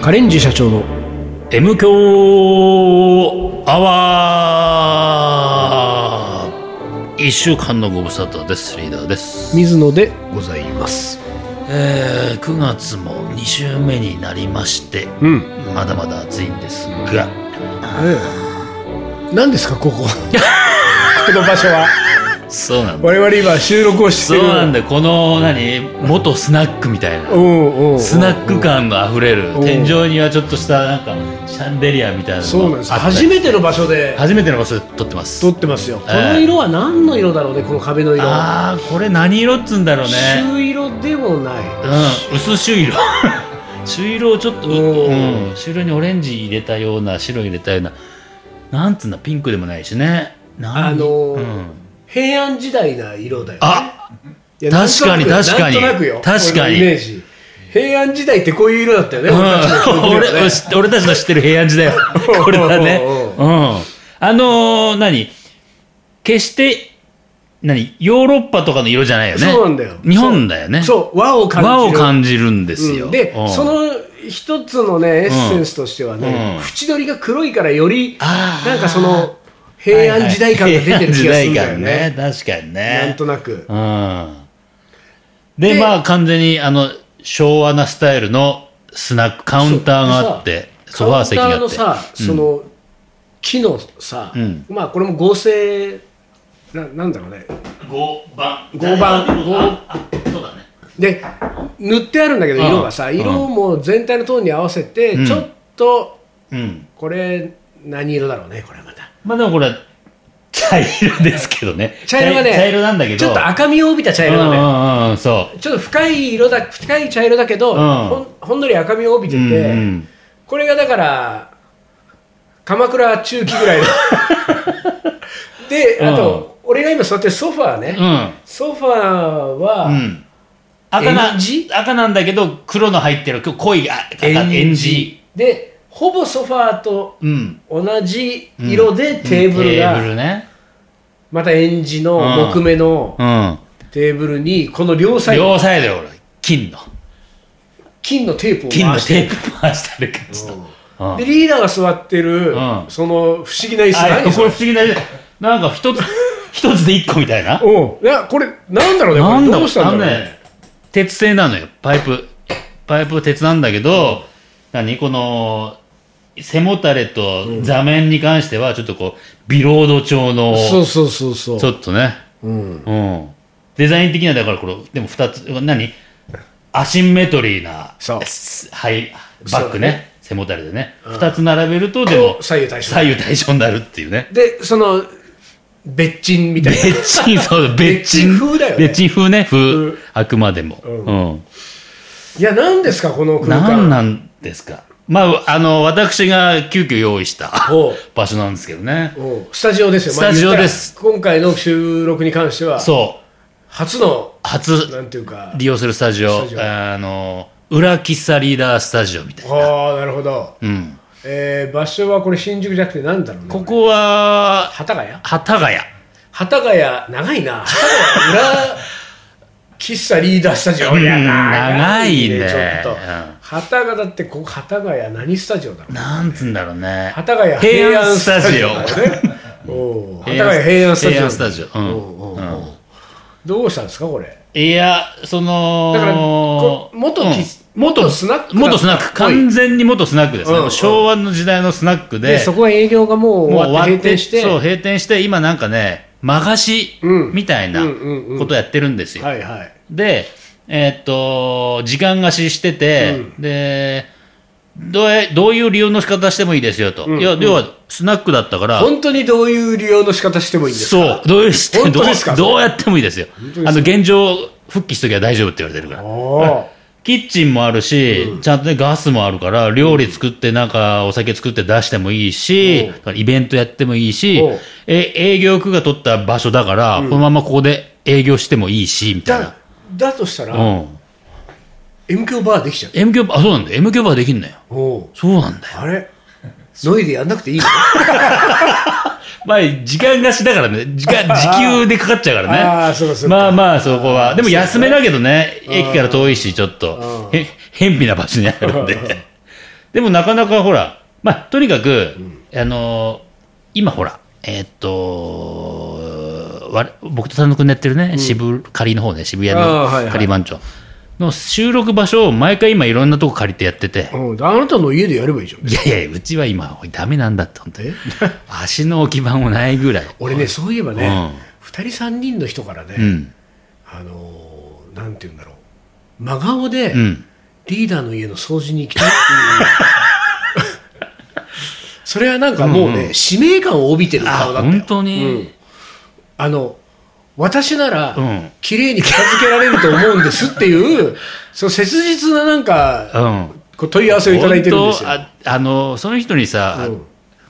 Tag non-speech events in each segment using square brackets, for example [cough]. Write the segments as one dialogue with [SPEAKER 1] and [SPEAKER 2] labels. [SPEAKER 1] カレンジ社長の
[SPEAKER 2] M 強アワー一週間のご無沙汰ですリーダーです、
[SPEAKER 1] 水野でございます
[SPEAKER 2] えー、9月も2週目になりまして
[SPEAKER 1] うん
[SPEAKER 2] まだまだ暑いんですが
[SPEAKER 1] 何です [laughs] かこここの場所は
[SPEAKER 2] そうなんだ
[SPEAKER 1] 我々今収録をして
[SPEAKER 2] そ
[SPEAKER 1] る
[SPEAKER 2] うなんだこの何元スナックみたいな
[SPEAKER 1] うんうんうん
[SPEAKER 2] スナック感があふれる
[SPEAKER 1] うん
[SPEAKER 2] 天井にはちょっとしたなんかシャンデリアみたいなの
[SPEAKER 1] そうなんです
[SPEAKER 2] あったり
[SPEAKER 1] 初めての場所で
[SPEAKER 2] 初めての場所で撮ってます
[SPEAKER 1] 撮ってますよ、
[SPEAKER 2] え
[SPEAKER 1] この色は何の色だろうねこの壁の色
[SPEAKER 2] ああこれ何色っつうんだろうね
[SPEAKER 1] 朱色でもない
[SPEAKER 2] うん、薄朱 [laughs] 色朱色をちょっと、
[SPEAKER 1] おー
[SPEAKER 2] うん、朱色にオレンジ入れたような白入れたようななんつうんだピンクでもないしねなん
[SPEAKER 1] あのー
[SPEAKER 2] うん、
[SPEAKER 1] 平安時代な色だよ
[SPEAKER 2] あ
[SPEAKER 1] いやなんとなく
[SPEAKER 2] 確かに確かに
[SPEAKER 1] なんとなくよ
[SPEAKER 2] 確か
[SPEAKER 1] 俺の
[SPEAKER 2] に
[SPEAKER 1] イメージ平安時代ってこういう色だったよね、
[SPEAKER 2] うん
[SPEAKER 1] 俺たちの時
[SPEAKER 2] 俺
[SPEAKER 1] はね
[SPEAKER 2] 俺俺たちの知ってる平安
[SPEAKER 1] [laughs]
[SPEAKER 2] 時代これだね
[SPEAKER 1] おーおー
[SPEAKER 2] うんあのー何決して何ヨーロッパとかの色じゃないよね
[SPEAKER 1] そうなんだよ
[SPEAKER 2] 日本だよね
[SPEAKER 1] そう和を感じる
[SPEAKER 2] 和を感じるんですよ、
[SPEAKER 1] うんで
[SPEAKER 2] うん
[SPEAKER 1] その一つのねエッセンスとしてはね、
[SPEAKER 2] うん
[SPEAKER 1] 縁取りが黒いからより
[SPEAKER 2] あー
[SPEAKER 1] なんかその平安時代感が出てる気がするんだよね,、
[SPEAKER 2] はいはい平安時代感ね確かにね
[SPEAKER 1] なんとなく
[SPEAKER 2] うんで
[SPEAKER 1] で
[SPEAKER 2] まあ完全にあの昭和なスタイルのスナックカウンターがあってソファー席が
[SPEAKER 1] カウンター
[SPEAKER 2] あ
[SPEAKER 1] の
[SPEAKER 2] って
[SPEAKER 1] さ、
[SPEAKER 2] うん
[SPEAKER 1] その木のさ、
[SPEAKER 2] うん
[SPEAKER 1] まあこれも合成ななんだろうね
[SPEAKER 2] 合板
[SPEAKER 1] 合板合
[SPEAKER 2] あそうだね
[SPEAKER 1] で塗ってあるんだけど
[SPEAKER 2] うん
[SPEAKER 1] 色がさ、色も全体のトーンに合わせて、
[SPEAKER 2] うん
[SPEAKER 1] ちょっと
[SPEAKER 2] うん
[SPEAKER 1] これ何色だろうねこれまた
[SPEAKER 2] まあでもこれ茶色ですけどね
[SPEAKER 1] 茶色がね
[SPEAKER 2] 茶色なんだけど
[SPEAKER 1] ちょっと赤みを帯びた茶
[SPEAKER 2] 茶
[SPEAKER 1] 色だね、
[SPEAKER 2] うんうんうんそ
[SPEAKER 1] ちょっと深い色だ深い茶色だけど、
[SPEAKER 2] ん
[SPEAKER 1] ほんほんのり赤みを帯び
[SPEAKER 2] う
[SPEAKER 1] て
[SPEAKER 2] うん
[SPEAKER 1] て、
[SPEAKER 2] うん
[SPEAKER 1] これがだから鎌倉中期ぐ
[SPEAKER 2] [laughs]
[SPEAKER 1] らいのであと、俺が今座ってるソファーね、
[SPEAKER 2] うん
[SPEAKER 1] ソファーは、
[SPEAKER 2] うん赤な
[SPEAKER 1] エンジ
[SPEAKER 2] 赤なんだけど黒の入ってる濃いあ赤エンジ
[SPEAKER 1] でほぼソファーと
[SPEAKER 2] うん
[SPEAKER 1] 同じ色でテーブル
[SPEAKER 2] テーブ
[SPEAKER 1] が、
[SPEAKER 2] ルね
[SPEAKER 1] またエンジの
[SPEAKER 2] うん
[SPEAKER 1] 木目の
[SPEAKER 2] うん
[SPEAKER 1] テーブルにこの両サイド
[SPEAKER 2] 両サイドよ俺金の
[SPEAKER 1] 金のテープを
[SPEAKER 2] 金の
[SPEAKER 1] 回して
[SPEAKER 2] テープ回してる感じと、うん
[SPEAKER 1] でリーダーが座ってる、
[SPEAKER 2] うん
[SPEAKER 1] その不思議な椅子
[SPEAKER 2] あ
[SPEAKER 1] 何
[SPEAKER 2] こ
[SPEAKER 1] そ
[SPEAKER 2] れ
[SPEAKER 1] れ
[SPEAKER 2] 不思議だねなんか一つ一つで一個みたいな
[SPEAKER 1] おいやこれなんだろうねこれ
[SPEAKER 2] なんだ
[SPEAKER 1] どうしたんだろう
[SPEAKER 2] あの
[SPEAKER 1] ね
[SPEAKER 2] ね鉄製なのよパイプパイプ鉄なんだけど、何この背もたれと座面に関してはちょっとこうビロード調の
[SPEAKER 1] そうそうそうそう
[SPEAKER 2] ちょっとね、
[SPEAKER 1] うん、
[SPEAKER 2] うん、デザイン的にはだからこれでも2つ何アシンメトリーな
[SPEAKER 1] そう
[SPEAKER 2] すはいバックね
[SPEAKER 1] そうだ
[SPEAKER 2] 背もたれでね、2つ並べるとでも
[SPEAKER 1] 左右対称
[SPEAKER 2] 左右対称になるってい
[SPEAKER 1] [laughs]
[SPEAKER 2] うね
[SPEAKER 1] でその別鎮みたいな
[SPEAKER 2] 別鎮そうだ別
[SPEAKER 1] 別鎮
[SPEAKER 2] 鎮
[SPEAKER 1] 風だよね
[SPEAKER 2] 別鎮風ね風
[SPEAKER 1] 風
[SPEAKER 2] あくまでも、うん
[SPEAKER 1] いや何ですかこの空
[SPEAKER 2] 何
[SPEAKER 1] 間
[SPEAKER 2] なんですかまああの私が急遽用意した
[SPEAKER 1] おう
[SPEAKER 2] 場所なんですけどね
[SPEAKER 1] おうスタジオですよまあ
[SPEAKER 2] スタジオです
[SPEAKER 1] 言ったら今回の収録に関しては
[SPEAKER 2] そう
[SPEAKER 1] 初のな
[SPEAKER 2] 初
[SPEAKER 1] んていうか
[SPEAKER 2] 利用するスタジオ
[SPEAKER 1] スタジオ
[SPEAKER 2] あの裏喫茶リーダースタジオみたいな、
[SPEAKER 1] ああなるほど、
[SPEAKER 2] うん、
[SPEAKER 1] えー場所はこれ新宿じゃなくて何だろうね
[SPEAKER 2] ここは
[SPEAKER 1] 幡ヶ谷
[SPEAKER 2] 幡ヶ谷
[SPEAKER 1] 幡ヶ谷長いな幡ヶ谷裏喫茶リーダースタジオいや
[SPEAKER 2] うん長いね
[SPEAKER 1] ちょっ
[SPEAKER 2] う
[SPEAKER 1] と
[SPEAKER 2] ん
[SPEAKER 1] 幡ヶ谷だってここ幡ヶ谷何スタジオだろう
[SPEAKER 2] なんつうんだろうね
[SPEAKER 1] 幡ヶ谷
[SPEAKER 2] 平安スタジオ
[SPEAKER 1] 平安スタ
[SPEAKER 2] [laughs]
[SPEAKER 1] ジオだねおう幡ヶ谷平安スタジオ
[SPEAKER 2] 平安スタジオうん
[SPEAKER 1] おうおうおうどうしたんですかこれ
[SPEAKER 2] いやその
[SPEAKER 1] だからこ元
[SPEAKER 2] うん
[SPEAKER 1] 喫元スナックだった
[SPEAKER 2] 元スナック
[SPEAKER 1] ぽい
[SPEAKER 2] 完全に元スナックですね、
[SPEAKER 1] うんうん
[SPEAKER 2] 昭和の時代のスナックで
[SPEAKER 1] でそこは営業がもう
[SPEAKER 2] もう
[SPEAKER 1] 終わって閉店して
[SPEAKER 2] そう閉店して今なんかねまがし
[SPEAKER 1] うん
[SPEAKER 2] みたいな
[SPEAKER 1] うんうんうん
[SPEAKER 2] ことやってるんですよ、
[SPEAKER 1] はいはい
[SPEAKER 2] でえーっと時間貸ししてて、でどうえどういう利用の仕方してもいいですよと、いや要はスナックだったから、
[SPEAKER 1] 本当にどういう利用の仕方してもいいんですか
[SPEAKER 2] そうどういうして
[SPEAKER 1] 本
[SPEAKER 2] ど
[SPEAKER 1] 当ですか
[SPEAKER 2] うどうやってもいいですよあの現状復帰しときゃ大丈夫って言われてるから
[SPEAKER 1] お
[SPEAKER 2] キッチンもあるし、ちゃんとね、ガスもあるから、料理作って、なんか、お酒作って出してもいいし、だからイベントやってもいいし
[SPEAKER 1] おう、
[SPEAKER 2] え営業区が取った場所だから、このままここで営業してもいいし、みたい
[SPEAKER 1] だ
[SPEAKER 2] な。
[SPEAKER 1] だとしたら、
[SPEAKER 2] うん。
[SPEAKER 1] M 響バーできちゃう
[SPEAKER 2] M 響バー、あ、そうなんだよ。M 響バーできんのよ。
[SPEAKER 1] おう
[SPEAKER 2] そうなんだよ。
[SPEAKER 1] あ
[SPEAKER 2] [laughs]
[SPEAKER 1] れノイでやんなくていいの
[SPEAKER 2] まあ、時間貸しだからね、時間、時給でかかっちゃうからね。
[SPEAKER 1] [laughs] あーそうかそうか
[SPEAKER 2] まあまあ、そこは。でも、安めだけどね、駅から遠いし、ちょっと、へ、偏僻な場所にあるんで。でもなかなかほら、まあ、とにかく、あのー今ほら、えーっと、わ僕と佐野君のやってるね、渋、仮の方ね、渋谷
[SPEAKER 1] あ
[SPEAKER 2] の
[SPEAKER 1] ーはいはい
[SPEAKER 2] 仮番長の収録場所を毎回今いろんなとこ借りてやってて、
[SPEAKER 1] うん、あなたの家でやればいいじゃん。
[SPEAKER 2] いやいや、うちは今、ダメなんだって、本当に
[SPEAKER 1] [laughs] え。
[SPEAKER 2] 足の置き場もないぐらい。
[SPEAKER 1] 俺ね、そういえばね
[SPEAKER 2] うん、
[SPEAKER 1] 二、人三人の人からね、
[SPEAKER 2] うん。
[SPEAKER 1] あのーなんて言うんだろう、真顔で、
[SPEAKER 2] うん。
[SPEAKER 1] リーダーの家の掃除に行きたいっていう [laughs] それはなんかもうね、使命感を帯びてる
[SPEAKER 2] あ
[SPEAKER 1] 顔だ、ったよ
[SPEAKER 2] 本当に、
[SPEAKER 1] うんあの私なら、
[SPEAKER 2] うん
[SPEAKER 1] 綺麗に片付けられると思うんですって
[SPEAKER 2] [laughs]
[SPEAKER 1] いうその切実ななんか
[SPEAKER 2] うん。
[SPEAKER 1] こう問い合わせをいただいてるんですよ
[SPEAKER 2] 本当ああの、その人にさ、
[SPEAKER 1] うん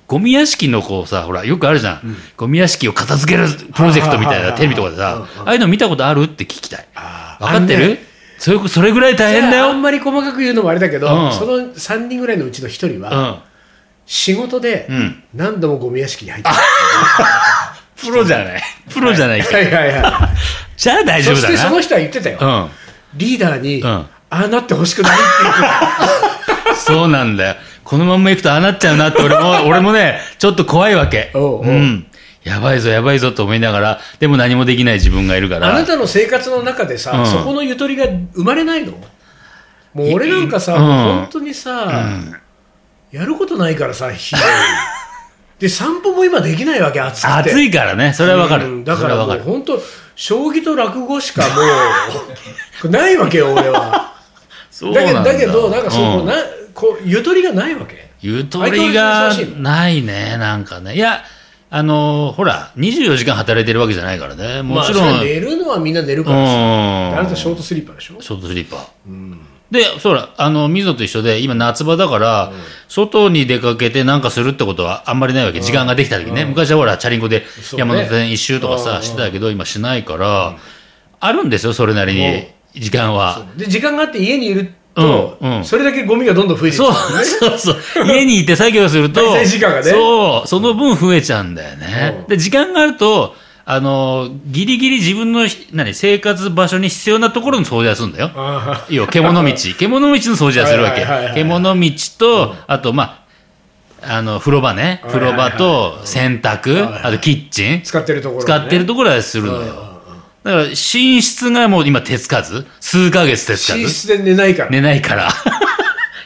[SPEAKER 2] ゴミ屋敷のこうさ、ほら、よくあるじゃん。ゴミ屋敷を片付けるプロジェクトみたい
[SPEAKER 1] はいはいはい
[SPEAKER 2] な
[SPEAKER 1] はい
[SPEAKER 2] テレビとかでさ、ああいうの見たことあるって聞きたい。
[SPEAKER 1] あー
[SPEAKER 2] 分かって
[SPEAKER 1] あ
[SPEAKER 2] る、
[SPEAKER 1] のね
[SPEAKER 2] それそれぐらい大変だ
[SPEAKER 1] じゃああ
[SPEAKER 2] よ。
[SPEAKER 1] んまり細かく言うのもあれだけど、
[SPEAKER 2] うん
[SPEAKER 1] その3人ぐらいのうちの1人
[SPEAKER 2] う
[SPEAKER 1] は、
[SPEAKER 2] ん。
[SPEAKER 1] 仕事で
[SPEAKER 2] うん
[SPEAKER 1] 何度もゴミ屋敷に入って
[SPEAKER 2] プロじゃない。プロじゃないか。
[SPEAKER 1] る、はいはいは
[SPEAKER 2] じゃあ大
[SPEAKER 1] い、
[SPEAKER 2] 丈
[SPEAKER 1] そ
[SPEAKER 2] 夫
[SPEAKER 1] し
[SPEAKER 2] だ
[SPEAKER 1] てその
[SPEAKER 2] な。
[SPEAKER 1] 人は言ってたよ、
[SPEAKER 2] うん。
[SPEAKER 1] リーダーに、
[SPEAKER 2] うん
[SPEAKER 1] ああなってほしくないって言ってた
[SPEAKER 2] [laughs] そうなんだよ。このまんま行くとああなっちゃうなって
[SPEAKER 1] [laughs]
[SPEAKER 2] 俺も、俺もね、ちょっと怖いわけ。。
[SPEAKER 1] おうおうん
[SPEAKER 2] やばいぞ、やばいぞと思いながら、でも何もできない自分がいるから。
[SPEAKER 1] あなたの生活の中でさ、
[SPEAKER 2] うん
[SPEAKER 1] そこのゆとりが生まれないのもう俺なんかさ、
[SPEAKER 2] うん
[SPEAKER 1] もう本当にさ、やることないからさ、日々 [laughs] で、散歩も今できないわけ、暑くて。
[SPEAKER 2] 暑いからね、それはわか
[SPEAKER 1] うん
[SPEAKER 2] る。
[SPEAKER 1] だか
[SPEAKER 2] それ
[SPEAKER 1] ら
[SPEAKER 2] は
[SPEAKER 1] も
[SPEAKER 2] わ
[SPEAKER 1] う
[SPEAKER 2] かる。
[SPEAKER 1] 本当、将棋と落語しかもう、 [laughs] これないわけよ、俺
[SPEAKER 2] [laughs]
[SPEAKER 1] は。
[SPEAKER 2] そ
[SPEAKER 1] だ
[SPEAKER 2] う
[SPEAKER 1] け
[SPEAKER 2] な
[SPEAKER 1] ど、
[SPEAKER 2] ん
[SPEAKER 1] だけど、なんかその、
[SPEAKER 2] うん
[SPEAKER 1] なこうゆとりがないわけ。
[SPEAKER 2] ゆとり
[SPEAKER 1] 相変わら
[SPEAKER 2] が
[SPEAKER 1] ず忙しいの
[SPEAKER 2] ないね、なんかね。いや、あのーほら、24時間働いてるわけじゃないからね。もちろん。
[SPEAKER 1] まあ、それ寝るのはみんな寝る
[SPEAKER 2] う
[SPEAKER 1] からさ。あ
[SPEAKER 2] ん。
[SPEAKER 1] なたショートスリーパーでしょ
[SPEAKER 2] ショートスリッパー。で、そうだ、あの、水野と一緒で、今夏場だから、外に出かけてなんかするってことはあんまりないわけ。時間ができた時ね。昔はほら、チャリンコで
[SPEAKER 1] そうね
[SPEAKER 2] 山手線一周とか
[SPEAKER 1] うん
[SPEAKER 2] さ、
[SPEAKER 1] うん
[SPEAKER 2] してたけど、今しないから、あるんですよ、それなりに、時間は。
[SPEAKER 1] で、時間があって家にいると、
[SPEAKER 2] うんうん
[SPEAKER 1] それだけゴミがどんどん増えていく
[SPEAKER 2] そう、そうそう。家にいて作業すると、
[SPEAKER 1] 滞在時間がね
[SPEAKER 2] そう、その分増えちゃうんだよね。
[SPEAKER 1] うん
[SPEAKER 2] で、時間があると、あの、ギリギリ自分のひ、何、生活場所に必要なところの掃除はするんだよ。
[SPEAKER 1] あ
[SPEAKER 2] 要は獣
[SPEAKER 1] [laughs]
[SPEAKER 2] 道、獣道の掃除はするわけ
[SPEAKER 1] はいはいはいは。い
[SPEAKER 2] 獣道と、あと、まあ、あの、風呂場ね。
[SPEAKER 1] はいは
[SPEAKER 2] 風
[SPEAKER 1] いはい
[SPEAKER 2] 呂場と洗濯、あとキッチン
[SPEAKER 1] ー。使ってるところ、ね、
[SPEAKER 2] 使ってる
[SPEAKER 1] と
[SPEAKER 2] ところはするのよ。だから、寝室がもう今手つかず。数ヶ月手つか
[SPEAKER 1] 寝
[SPEAKER 2] ず。
[SPEAKER 1] 室で寝ないから、
[SPEAKER 2] 寝ないから。 [laughs]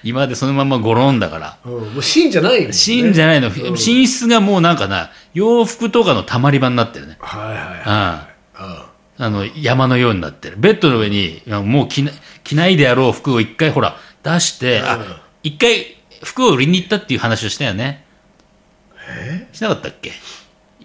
[SPEAKER 2] 今までそのままゴロンだから。
[SPEAKER 1] うん、もう芯じゃないよ、ね、
[SPEAKER 2] 寝じゃないの。寝室がもうなんかな、洋服とかの溜まり場になってるね。
[SPEAKER 1] はいはいはい
[SPEAKER 2] うん。あ
[SPEAKER 1] あ
[SPEAKER 2] の、山のようになってる。ベッドの上に、いやもう着な着ないであろう服を一回ほら、出して、
[SPEAKER 1] うん
[SPEAKER 2] あ、一回服を売りに行ったっていう話をしたよね。えしなかったっけ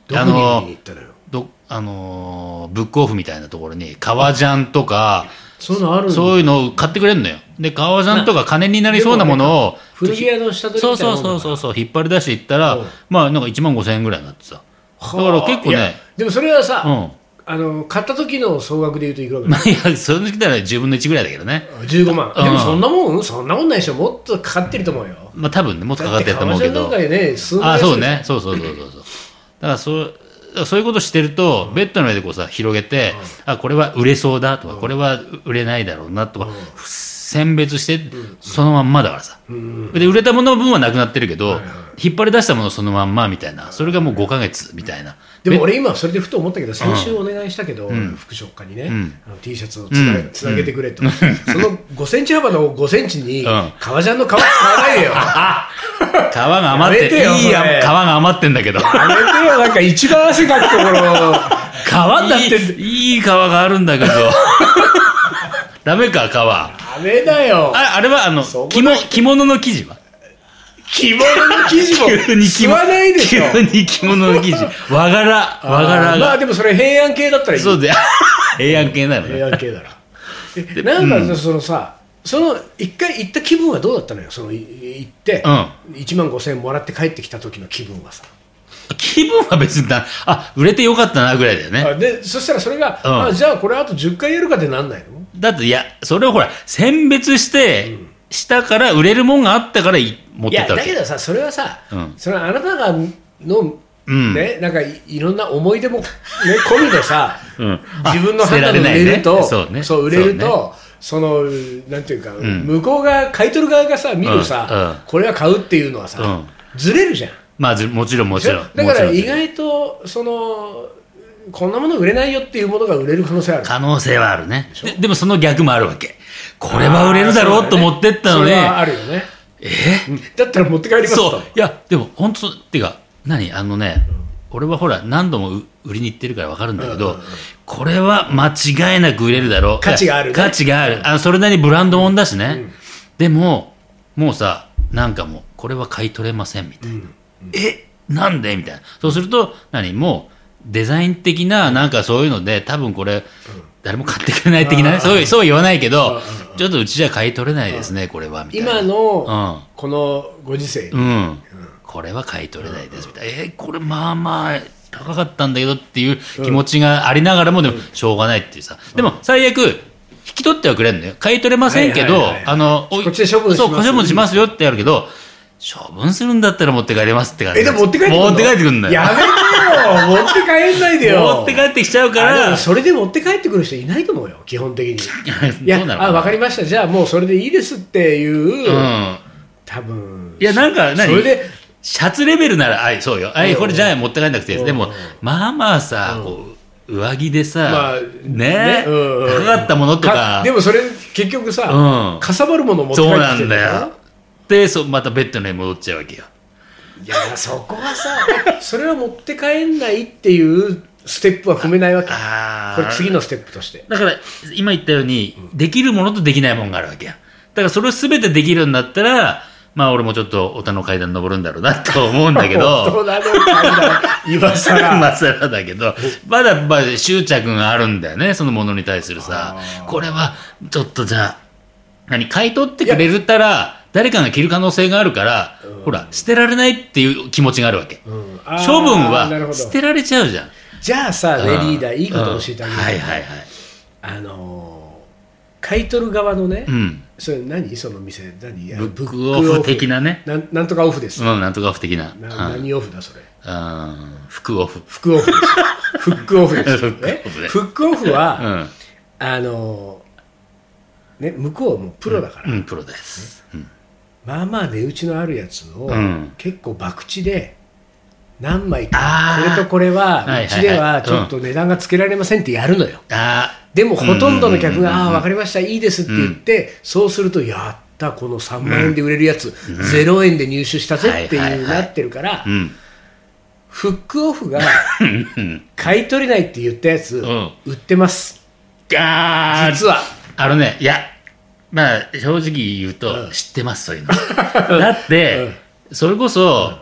[SPEAKER 1] どこ
[SPEAKER 2] あ
[SPEAKER 1] に見に行
[SPEAKER 2] の、
[SPEAKER 1] ったのよ
[SPEAKER 2] ど、あのー、ブックオフみたいなところに、革ジャンとか、
[SPEAKER 1] そういうのあるんだ
[SPEAKER 2] そういうのを買ってくれんのよ。で、革ジャンとか金になりそうなものを、
[SPEAKER 1] 古着屋の下取り
[SPEAKER 2] そう
[SPEAKER 1] みたいなも
[SPEAKER 2] そう
[SPEAKER 1] んだから
[SPEAKER 2] そうそうそう引っ張り出していったら、
[SPEAKER 1] うん
[SPEAKER 2] まあなんか1万5千円ぐらいになってさだか
[SPEAKER 1] は
[SPEAKER 2] ら
[SPEAKER 1] あ
[SPEAKER 2] 結構
[SPEAKER 1] いや
[SPEAKER 2] ね
[SPEAKER 1] でもそれはさ、
[SPEAKER 2] うん
[SPEAKER 1] あの買った時の総額でいうといくらぐら
[SPEAKER 2] [laughs] ま
[SPEAKER 1] い
[SPEAKER 2] あいやその時なら10分の1ぐらいだけどね [laughs]
[SPEAKER 1] 15万、
[SPEAKER 2] うん
[SPEAKER 1] でもそんなもんそんなもんないでしょもっとかかってると思うよ
[SPEAKER 2] まあ多分ねもっとかかってると思うけ
[SPEAKER 1] だ
[SPEAKER 2] ど
[SPEAKER 1] って革ジャンなんかでね数万円
[SPEAKER 2] ああ
[SPEAKER 1] する
[SPEAKER 2] そうねそうそうそうそうそうだからそうだからそういうことしてると、ベッドの上でこうさ広げて、あこれは売れそうだとか、これは売れないだろうなとか、選別して、そのまんまだからさ、で売れたものの分はなくなってるけど、引っ張り出したものそのまんまみたいなそれがもう5か月みたいな、
[SPEAKER 1] でも俺今それでふと思ったけど先週お願いしたけど、副職課にね、
[SPEAKER 2] ん
[SPEAKER 1] あの T シャツをつな,、つなげてくれと、その5センチ幅の5センチに
[SPEAKER 2] うん
[SPEAKER 1] 革ジャンの革使わない [laughs] でよや
[SPEAKER 2] 皮が余っ
[SPEAKER 1] や
[SPEAKER 2] て
[SPEAKER 1] めてよ
[SPEAKER 2] いいや
[SPEAKER 1] それ
[SPEAKER 2] 皮が余って
[SPEAKER 1] [laughs]
[SPEAKER 2] んだけど皮
[SPEAKER 1] めてよなんか一番汗かくところ
[SPEAKER 2] だ
[SPEAKER 1] って
[SPEAKER 2] いいい皮があるんだけど [laughs] ダメか皮あ
[SPEAKER 1] ダメだ [laughs] よ
[SPEAKER 2] あれはあの
[SPEAKER 1] そこ
[SPEAKER 2] 着物着物の生地は
[SPEAKER 1] 着物の生地も
[SPEAKER 2] 急に
[SPEAKER 1] 吸
[SPEAKER 2] 着物
[SPEAKER 1] わないでしょ
[SPEAKER 2] 急に着物の生地和柄和
[SPEAKER 1] あ
[SPEAKER 2] 柄
[SPEAKER 1] ーまあ
[SPEAKER 2] が
[SPEAKER 1] でもそれ平安系だったらいい
[SPEAKER 2] そうで [laughs] 平安系なのね
[SPEAKER 1] 平安系 [laughs] だなえなんかそのさ、その一回行った気分はどうだったのよそのい行って、1万5000円もらって帰ってきた時の気分はさ
[SPEAKER 2] 気分は別になあ売れてよかったなぐらいだよね
[SPEAKER 1] あでそしたらそれが、
[SPEAKER 2] うん
[SPEAKER 1] あじゃあこれあと10回やるかってなんないの
[SPEAKER 2] だっていやそれをほら選別して、したから売れるもんがあったからい持っ
[SPEAKER 1] い
[SPEAKER 2] て
[SPEAKER 1] や
[SPEAKER 2] ったわ
[SPEAKER 1] だ
[SPEAKER 2] け
[SPEAKER 1] けどさそれはさ、
[SPEAKER 2] うん
[SPEAKER 1] そのあなたがの、
[SPEAKER 2] うん
[SPEAKER 1] ねなんかいいろんな思い出も、ね、込みでさ、
[SPEAKER 2] [laughs] うん
[SPEAKER 1] [laughs] 自分の
[SPEAKER 2] あ捨て
[SPEAKER 1] 判断
[SPEAKER 2] られ
[SPEAKER 1] で
[SPEAKER 2] ない
[SPEAKER 1] 売
[SPEAKER 2] ね
[SPEAKER 1] れると
[SPEAKER 2] そうね
[SPEAKER 1] 売れるとそ,、そのなんていうか、
[SPEAKER 2] ん
[SPEAKER 1] 向こうが買い取る側がさ見るさ、
[SPEAKER 2] う
[SPEAKER 1] これは買うっていうのはさ、
[SPEAKER 2] うん
[SPEAKER 1] ずれるじゃん
[SPEAKER 2] まあずもちろんもちろん
[SPEAKER 1] だから
[SPEAKER 2] もち
[SPEAKER 1] 意
[SPEAKER 2] ろんもちろん
[SPEAKER 1] 外とそのこんなもの売れないよっていうものが売れる可能性ある
[SPEAKER 2] 可能性はあるねででもその逆もあるわけこれは売れるだろうと思ってったの
[SPEAKER 1] そ
[SPEAKER 2] に、
[SPEAKER 1] れはあるよね
[SPEAKER 2] え
[SPEAKER 1] だったら持って帰りますと
[SPEAKER 2] そういやでも本当っていうか何あのね、俺はほら何度もう売りに行ってるから分かるんだけど、これは間違いなく売れるだろう
[SPEAKER 1] 価値があるね
[SPEAKER 2] いや価値がある、あのそれなりにブランドもんだしね、でももうさなんかもうこれは買い取れませんみたいな、えなんでみたいなそうすると何もうデザイン的ななんかそういうので多分これ誰も買ってくれない的なねそういうそう言わないけどちょっとうちじゃ買い取れないですねこれはみたいな
[SPEAKER 1] 今
[SPEAKER 2] うん
[SPEAKER 1] のこのご時世、
[SPEAKER 2] うん、これは買い取れないですみたいな、えーこれまあまあ高かったんだけどっていう気持ちがありながらもでもしょうがないっていうさ、でも最悪引き取ってはくれるのよ買い取れませんけ
[SPEAKER 1] はいは
[SPEAKER 2] ど
[SPEAKER 1] いはいはい
[SPEAKER 2] あのおい
[SPEAKER 1] こっちで処分します
[SPEAKER 2] そうこっちで処分しますよってやるけど処分するんだったら持って帰れますって感じ
[SPEAKER 1] えでも持って帰ってくる
[SPEAKER 2] 持って帰ってくるんだよ
[SPEAKER 1] やめてよ持って帰んないでよ
[SPEAKER 2] 持って帰ってきちゃうか
[SPEAKER 1] あでも
[SPEAKER 2] ら
[SPEAKER 1] それで持って帰ってくる人いないと思うよ基本的に
[SPEAKER 2] [laughs]
[SPEAKER 1] い
[SPEAKER 2] どうなの
[SPEAKER 1] やあ分かりましたじゃあもうそれでいいですっていう、
[SPEAKER 2] うん
[SPEAKER 1] 多分
[SPEAKER 2] いやなんか
[SPEAKER 1] そ
[SPEAKER 2] 何
[SPEAKER 1] れで
[SPEAKER 2] シャツレベルなら、あい、そうよ。あ
[SPEAKER 1] う
[SPEAKER 2] い、
[SPEAKER 1] ん
[SPEAKER 2] これじゃあ持って帰んなくていいです。で
[SPEAKER 1] う
[SPEAKER 2] も
[SPEAKER 1] ん、
[SPEAKER 2] まあまあさ、こう、上着で
[SPEAKER 1] ま
[SPEAKER 2] さ
[SPEAKER 1] あ、
[SPEAKER 2] ね、
[SPEAKER 1] うんうん
[SPEAKER 2] 高かったものとか、
[SPEAKER 1] でもそれ結局さ、
[SPEAKER 2] うん
[SPEAKER 1] かさばるもの持って帰
[SPEAKER 2] そう
[SPEAKER 1] っ
[SPEAKER 2] な
[SPEAKER 1] てきて
[SPEAKER 2] ん
[SPEAKER 1] るか
[SPEAKER 2] だ
[SPEAKER 1] ら
[SPEAKER 2] よ。で、そう、またベッドの上に戻っちゃうわけよ。
[SPEAKER 1] いやそこはさそれは持って帰んないっていうステップは踏めないわけ
[SPEAKER 2] あ
[SPEAKER 1] これ次のステップとして
[SPEAKER 2] だから、今言ったように、できるものとできないものがあるわけや。だから、それを全てできるんだったら、まあ、俺もちょっと、おたの階段登るんだろうなと思うんだけ
[SPEAKER 1] [laughs]
[SPEAKER 2] ど。
[SPEAKER 1] 大人の階段今さ
[SPEAKER 2] [laughs]
[SPEAKER 1] ら
[SPEAKER 2] 今更だけど、まだまだ執着があるんだよね、そのものに対するさ。これは、ちょっとじゃあ、何、買い取ってくれるたら、誰かが着る可能性があるから、ほら、捨てられないっていう気持ちがあるわけ。
[SPEAKER 1] うんあー
[SPEAKER 2] 処分
[SPEAKER 1] なるほ
[SPEAKER 2] は
[SPEAKER 1] ど
[SPEAKER 2] 捨てられちゃうじゃん。
[SPEAKER 1] じゃあさレ
[SPEAKER 2] うん
[SPEAKER 1] リーダーいいこと教えてあげる、
[SPEAKER 2] うんはいはいはい。
[SPEAKER 1] あのー買い取る側のね、
[SPEAKER 2] うん。
[SPEAKER 1] それ何その店何
[SPEAKER 2] ブックオフ的なね。
[SPEAKER 1] なんなんとかオフです、
[SPEAKER 2] うん、なんとかオフ的な。う
[SPEAKER 1] な何オフだそれ
[SPEAKER 2] ん。うん服オフ。
[SPEAKER 1] 服オ
[SPEAKER 2] [laughs]
[SPEAKER 1] フですフックオフですね
[SPEAKER 2] フックオフね
[SPEAKER 1] フックオフは、
[SPEAKER 2] うん。
[SPEAKER 1] あのーね、向こうはもうプロだから、
[SPEAKER 2] うん、プロです。うん。
[SPEAKER 1] まあまあ値打ちのあるやつを、
[SPEAKER 2] うん
[SPEAKER 1] 結構博打で何枚か
[SPEAKER 2] あ
[SPEAKER 1] こ
[SPEAKER 2] ー
[SPEAKER 1] れとこれは
[SPEAKER 2] はいはいはいう
[SPEAKER 1] ちではちょっと値段がつけられませんってやるのよ、
[SPEAKER 2] あ
[SPEAKER 1] でもほとんどの客が
[SPEAKER 2] うんうんうんう
[SPEAKER 1] 「ああ
[SPEAKER 2] ん
[SPEAKER 1] 分かりましたいいです」って言って、そうすると「やったこの3万円で売れるやつ、0円で入手したぜ」って
[SPEAKER 2] はいはいいうはい
[SPEAKER 1] なってるから、
[SPEAKER 2] ーうん。
[SPEAKER 1] フックオフが
[SPEAKER 2] うん。
[SPEAKER 1] 買い取れないって言ったやつ、
[SPEAKER 2] ん
[SPEAKER 1] 売ってます
[SPEAKER 2] あー
[SPEAKER 1] 実は
[SPEAKER 2] あのね、いや、まあ、正直言うと、知ってます、そういう
[SPEAKER 1] [laughs]
[SPEAKER 2] の。だって、それこそ、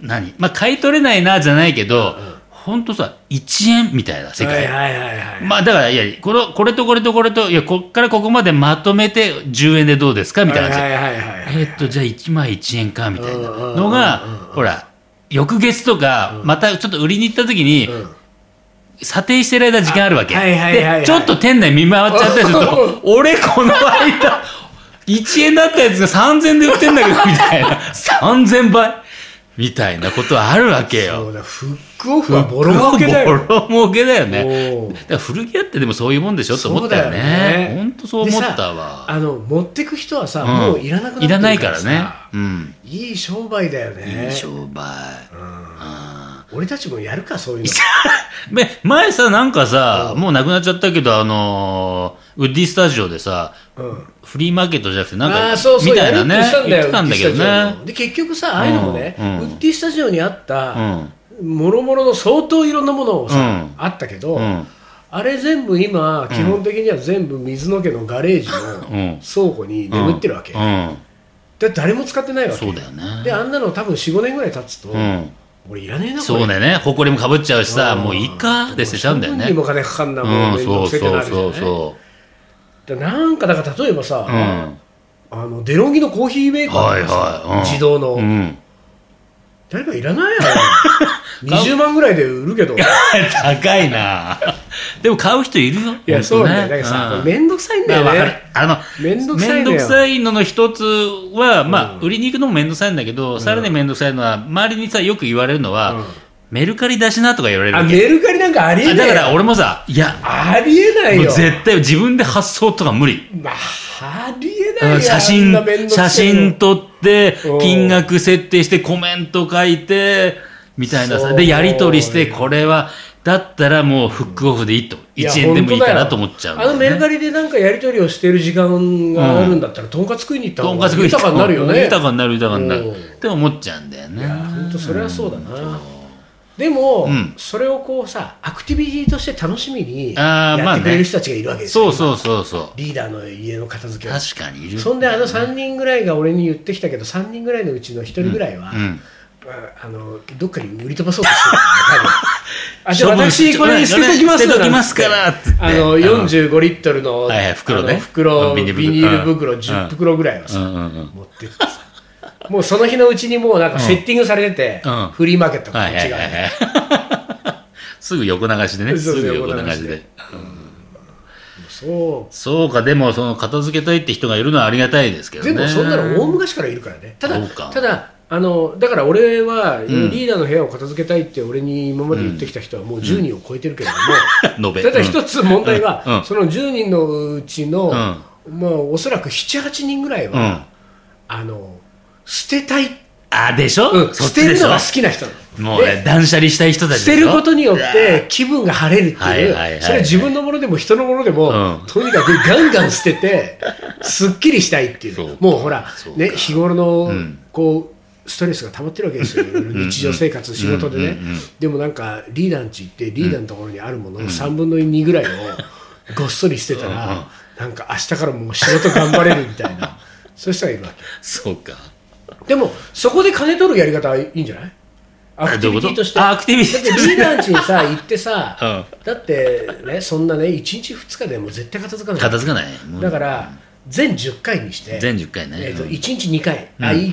[SPEAKER 2] 何まあ、買い取れないな、じゃないけど、ほんとさ、1円みたいな世
[SPEAKER 1] はい
[SPEAKER 2] 界。
[SPEAKER 1] はいはいはい、
[SPEAKER 2] まあ、だから、いや、これ、これとこれとこれと、いや、こっからここまでまとめて10円でどうですかみたいな
[SPEAKER 1] は
[SPEAKER 2] 感
[SPEAKER 1] いはいはいはい
[SPEAKER 2] じ。えーっと、じゃあ1枚1円か、みたいなの
[SPEAKER 1] うんうんうん
[SPEAKER 2] が、ほら、翌月とか、またちょっと売りに行った時に、
[SPEAKER 1] うん
[SPEAKER 2] 査定してる間時間あるわけ。
[SPEAKER 1] あはいはいはいはい
[SPEAKER 2] で、ちょっと店内見回っちゃったりする
[SPEAKER 1] [laughs]
[SPEAKER 2] と、 [laughs] 俺この間、1円だったやつが3000で売ってんだけど、みたいな。3000倍みたいなことあるわけよ。
[SPEAKER 1] そうだフックオフはボロ儲けだよ
[SPEAKER 2] ボロ儲けだよ
[SPEAKER 1] お
[SPEAKER 2] ね。
[SPEAKER 1] う
[SPEAKER 2] だから古着屋ってでもそういうもんでしょと思ったよね。本当そう思ったわ
[SPEAKER 1] でさ。あの持ってく人はさ、
[SPEAKER 2] ん
[SPEAKER 1] もういらなくなって
[SPEAKER 2] い
[SPEAKER 1] る
[SPEAKER 2] らない
[SPEAKER 1] か
[SPEAKER 2] からら
[SPEAKER 1] さ
[SPEAKER 2] ね。うん。
[SPEAKER 1] いい商売だよね
[SPEAKER 2] いい商売。
[SPEAKER 1] 俺たちもやるかそういうの
[SPEAKER 2] め前さ、なんかさ、もうなくなっちゃったけど、あのーウッディスタジオでさ、
[SPEAKER 1] うん
[SPEAKER 2] フリーマーケットじゃなくて、なん
[SPEAKER 1] あ
[SPEAKER 2] か、
[SPEAKER 1] あそうそう
[SPEAKER 2] みたいなね、
[SPEAKER 1] やるって
[SPEAKER 2] 言
[SPEAKER 1] 言っ
[SPEAKER 2] っ
[SPEAKER 1] ててた
[SPEAKER 2] た
[SPEAKER 1] ん
[SPEAKER 2] ん
[SPEAKER 1] だ
[SPEAKER 2] だ
[SPEAKER 1] よ
[SPEAKER 2] けどね。
[SPEAKER 1] で結局さああいうのもね、
[SPEAKER 2] うん
[SPEAKER 1] ウッディスタジオにあった、
[SPEAKER 2] うん。
[SPEAKER 1] もろもろの相当いろんなものをさ、
[SPEAKER 2] うん
[SPEAKER 1] あったけど、
[SPEAKER 2] うん
[SPEAKER 1] あれ全部今基本的には全部水野家のガレージ
[SPEAKER 2] う
[SPEAKER 1] の
[SPEAKER 2] ん
[SPEAKER 1] 倉庫に眠ってるわけ、
[SPEAKER 2] うん。
[SPEAKER 1] で誰も使ってないわけ
[SPEAKER 2] そうだよね
[SPEAKER 1] であんなの多分45年ぐらい経つと、
[SPEAKER 2] うん。
[SPEAKER 1] 俺いらねえなこれ
[SPEAKER 2] そうだよね。埃もかぶっちゃうしさ、
[SPEAKER 1] ん
[SPEAKER 2] もういいかで捨てちゃうんだよ
[SPEAKER 1] 処分に
[SPEAKER 2] ね。
[SPEAKER 1] も金かかんな
[SPEAKER 2] う
[SPEAKER 1] いもん、
[SPEAKER 2] ん、
[SPEAKER 1] 面
[SPEAKER 2] そ
[SPEAKER 1] 倒
[SPEAKER 2] う
[SPEAKER 1] くせえって
[SPEAKER 2] そ
[SPEAKER 1] な
[SPEAKER 2] う
[SPEAKER 1] るじゃない
[SPEAKER 2] そうそ
[SPEAKER 1] でなんかだから例えばさ、
[SPEAKER 2] う。うん。
[SPEAKER 1] あのデロンギのコーヒーメーカー
[SPEAKER 2] はい
[SPEAKER 1] とかさ
[SPEAKER 2] はい。うん
[SPEAKER 1] 自動の、
[SPEAKER 2] うん。
[SPEAKER 1] 誰かいら
[SPEAKER 2] [laughs]
[SPEAKER 1] ないやろ20万ぐらいで売るけどい
[SPEAKER 2] 高いな [laughs] でも買う人いるよ。
[SPEAKER 1] やそうなんだ
[SPEAKER 2] 本
[SPEAKER 1] よだからさ、
[SPEAKER 2] 当ねう
[SPEAKER 1] 面
[SPEAKER 2] ん
[SPEAKER 1] 倒くさいんだ
[SPEAKER 2] まあ
[SPEAKER 1] よ
[SPEAKER 2] わかる
[SPEAKER 1] ね
[SPEAKER 2] あの、
[SPEAKER 1] めんどくさいのよ
[SPEAKER 2] めんどくさいのの一つは、まあ、売りに行くのもめんどくさいんだけど、さらにめんどくさいのは、周りにさ、よく言われるのは、メルカリ出しなとか言われる
[SPEAKER 1] あ
[SPEAKER 2] わけ
[SPEAKER 1] メルカリなんかありえ
[SPEAKER 2] あ
[SPEAKER 1] な
[SPEAKER 2] だ
[SPEAKER 1] いよ
[SPEAKER 2] から俺もさいや
[SPEAKER 1] ありえない
[SPEAKER 2] も
[SPEAKER 1] よ
[SPEAKER 2] う絶対自分で発想とか無理
[SPEAKER 1] まあ、ありえ
[SPEAKER 2] だか
[SPEAKER 1] ない
[SPEAKER 2] ら
[SPEAKER 1] よ
[SPEAKER 2] 写
[SPEAKER 1] あん
[SPEAKER 2] 真
[SPEAKER 1] な面倒くせえ
[SPEAKER 2] 写
[SPEAKER 1] の
[SPEAKER 2] 真撮って
[SPEAKER 1] うん
[SPEAKER 2] 金額設定してコメント書いてみたいな
[SPEAKER 1] そ
[SPEAKER 2] さ
[SPEAKER 1] う
[SPEAKER 2] でやり取りしてこれはだったらもうフックオフでいいと
[SPEAKER 1] いや
[SPEAKER 2] 1円でもいいかなと思っ
[SPEAKER 1] 本
[SPEAKER 2] ち
[SPEAKER 1] 当
[SPEAKER 2] ゃう
[SPEAKER 1] だよあのメルカ
[SPEAKER 2] リ
[SPEAKER 1] リでなんかやり取りをしてる時間があるんだったら、とんかつ食いに行った
[SPEAKER 2] と
[SPEAKER 1] 方
[SPEAKER 2] んか
[SPEAKER 1] が
[SPEAKER 2] つ食い
[SPEAKER 1] 豊かになるよね
[SPEAKER 2] 豊かになる豊かになる
[SPEAKER 1] うん
[SPEAKER 2] って思っちゃうんだよね
[SPEAKER 1] いや本当それはそうだな、でも、
[SPEAKER 2] ん
[SPEAKER 1] それをこうさアクティビティとして楽しみに
[SPEAKER 2] あーま
[SPEAKER 1] や
[SPEAKER 2] あ
[SPEAKER 1] っ
[SPEAKER 2] ね
[SPEAKER 1] てくれる人たちがいるわけですよ、
[SPEAKER 2] そうそうそうそ
[SPEAKER 1] リーダーの家の片付
[SPEAKER 2] う
[SPEAKER 1] けを
[SPEAKER 2] 確かにいる
[SPEAKER 1] そんであの3人ぐらいが俺に言ってきたけど3人ぐらいのうちの1人ぐらいは、
[SPEAKER 2] うん
[SPEAKER 1] ああのどっかに売り飛ばそうとしてたん
[SPEAKER 2] [laughs]
[SPEAKER 1] だよ、多分あじゃあ
[SPEAKER 2] 処分し
[SPEAKER 1] 私これ捨てときます
[SPEAKER 2] 捨てときますからっつって
[SPEAKER 1] あの45リットルの,、
[SPEAKER 2] はいはい袋ね
[SPEAKER 1] あの袋
[SPEAKER 2] ビ
[SPEAKER 1] ビニ
[SPEAKER 2] ニール袋
[SPEAKER 1] ール袋
[SPEAKER 2] うん
[SPEAKER 1] 10袋ぐらいはさ、
[SPEAKER 2] うんうんうん
[SPEAKER 1] 持ってってさもうその日のうちにもうなんかセッティングされてて、
[SPEAKER 2] うん
[SPEAKER 1] フリーマーケットのこ
[SPEAKER 2] は
[SPEAKER 1] っ
[SPEAKER 2] い
[SPEAKER 1] ち
[SPEAKER 2] は
[SPEAKER 1] が、
[SPEAKER 2] いはいはい [laughs] すぐ横流しでねす
[SPEAKER 1] そうそう
[SPEAKER 2] ぐ横流
[SPEAKER 1] 横流
[SPEAKER 2] し
[SPEAKER 1] し
[SPEAKER 2] で
[SPEAKER 1] でそ
[SPEAKER 2] そうか、でも、その、片付けたいって人がいるのはありがたいですけ
[SPEAKER 1] う
[SPEAKER 2] どね。
[SPEAKER 1] でもそんなの大昔からいるからねた
[SPEAKER 2] そう
[SPEAKER 1] だ
[SPEAKER 2] か
[SPEAKER 1] ただあのだから俺は、リーダーの部屋を片付けたいって俺に今まで言ってきた人はもう10人を超えてるけれ
[SPEAKER 2] [laughs]
[SPEAKER 1] ども、
[SPEAKER 2] 延
[SPEAKER 1] た
[SPEAKER 2] べ。
[SPEAKER 1] だ
[SPEAKER 2] うん
[SPEAKER 1] 一つ問題は、
[SPEAKER 2] うんうん
[SPEAKER 1] その10人のうちの、まあ、おそらく78人ぐらいうは、
[SPEAKER 2] ん。
[SPEAKER 1] あの捨てたい、
[SPEAKER 2] あ、でしょ
[SPEAKER 1] うん
[SPEAKER 2] そっ
[SPEAKER 1] 捨
[SPEAKER 2] ち
[SPEAKER 1] て
[SPEAKER 2] で
[SPEAKER 1] る
[SPEAKER 2] しょ
[SPEAKER 1] のが好きな人なの
[SPEAKER 2] もうね、
[SPEAKER 1] で
[SPEAKER 2] 断捨離したい人たち
[SPEAKER 1] 捨
[SPEAKER 2] で
[SPEAKER 1] て
[SPEAKER 2] しょ
[SPEAKER 1] ることによっ
[SPEAKER 2] うわ
[SPEAKER 1] て気分が晴れるって
[SPEAKER 2] はい
[SPEAKER 1] い
[SPEAKER 2] は
[SPEAKER 1] う、
[SPEAKER 2] いはいはい
[SPEAKER 1] それは自分のものでも人のものでも、
[SPEAKER 2] うん
[SPEAKER 1] とにかくガンガン捨て
[SPEAKER 2] [laughs]
[SPEAKER 1] て、すっきりしたいってい
[SPEAKER 2] そう
[SPEAKER 1] う
[SPEAKER 2] か、
[SPEAKER 1] もうほら
[SPEAKER 2] そう、か
[SPEAKER 1] ね、日頃の、
[SPEAKER 2] ん
[SPEAKER 1] こう、ストレスが溜まってるわけですよ、いろいろ日常生活、仕事でね
[SPEAKER 2] うんうんうん。
[SPEAKER 1] でもなんか、リーダーんち行って、リーダーのところにあるものの3分の2ぐらいをごっそり捨てたら、なんか明日からもう仕事頑張れるみたい
[SPEAKER 2] [laughs]
[SPEAKER 1] な、そういう人がいるわけ。
[SPEAKER 2] そうか。
[SPEAKER 1] でも、そこで金取るやり方はいいんじゃないアクテ
[SPEAKER 2] ど
[SPEAKER 1] ィ
[SPEAKER 2] ういうこ
[SPEAKER 1] ビテ
[SPEAKER 2] と
[SPEAKER 1] ィとして。
[SPEAKER 2] あアクティビティ
[SPEAKER 1] だってリーダーんちにさ、行ってさ、
[SPEAKER 2] う
[SPEAKER 1] だってね、そんなね、1日2日でもう絶対片付かない。
[SPEAKER 2] 片付かない。もう
[SPEAKER 1] だから、全10回にして、
[SPEAKER 2] 全10回ね
[SPEAKER 1] えーと
[SPEAKER 2] うん
[SPEAKER 1] 1日2回、あ
[SPEAKER 2] うん [laughs]
[SPEAKER 1] い1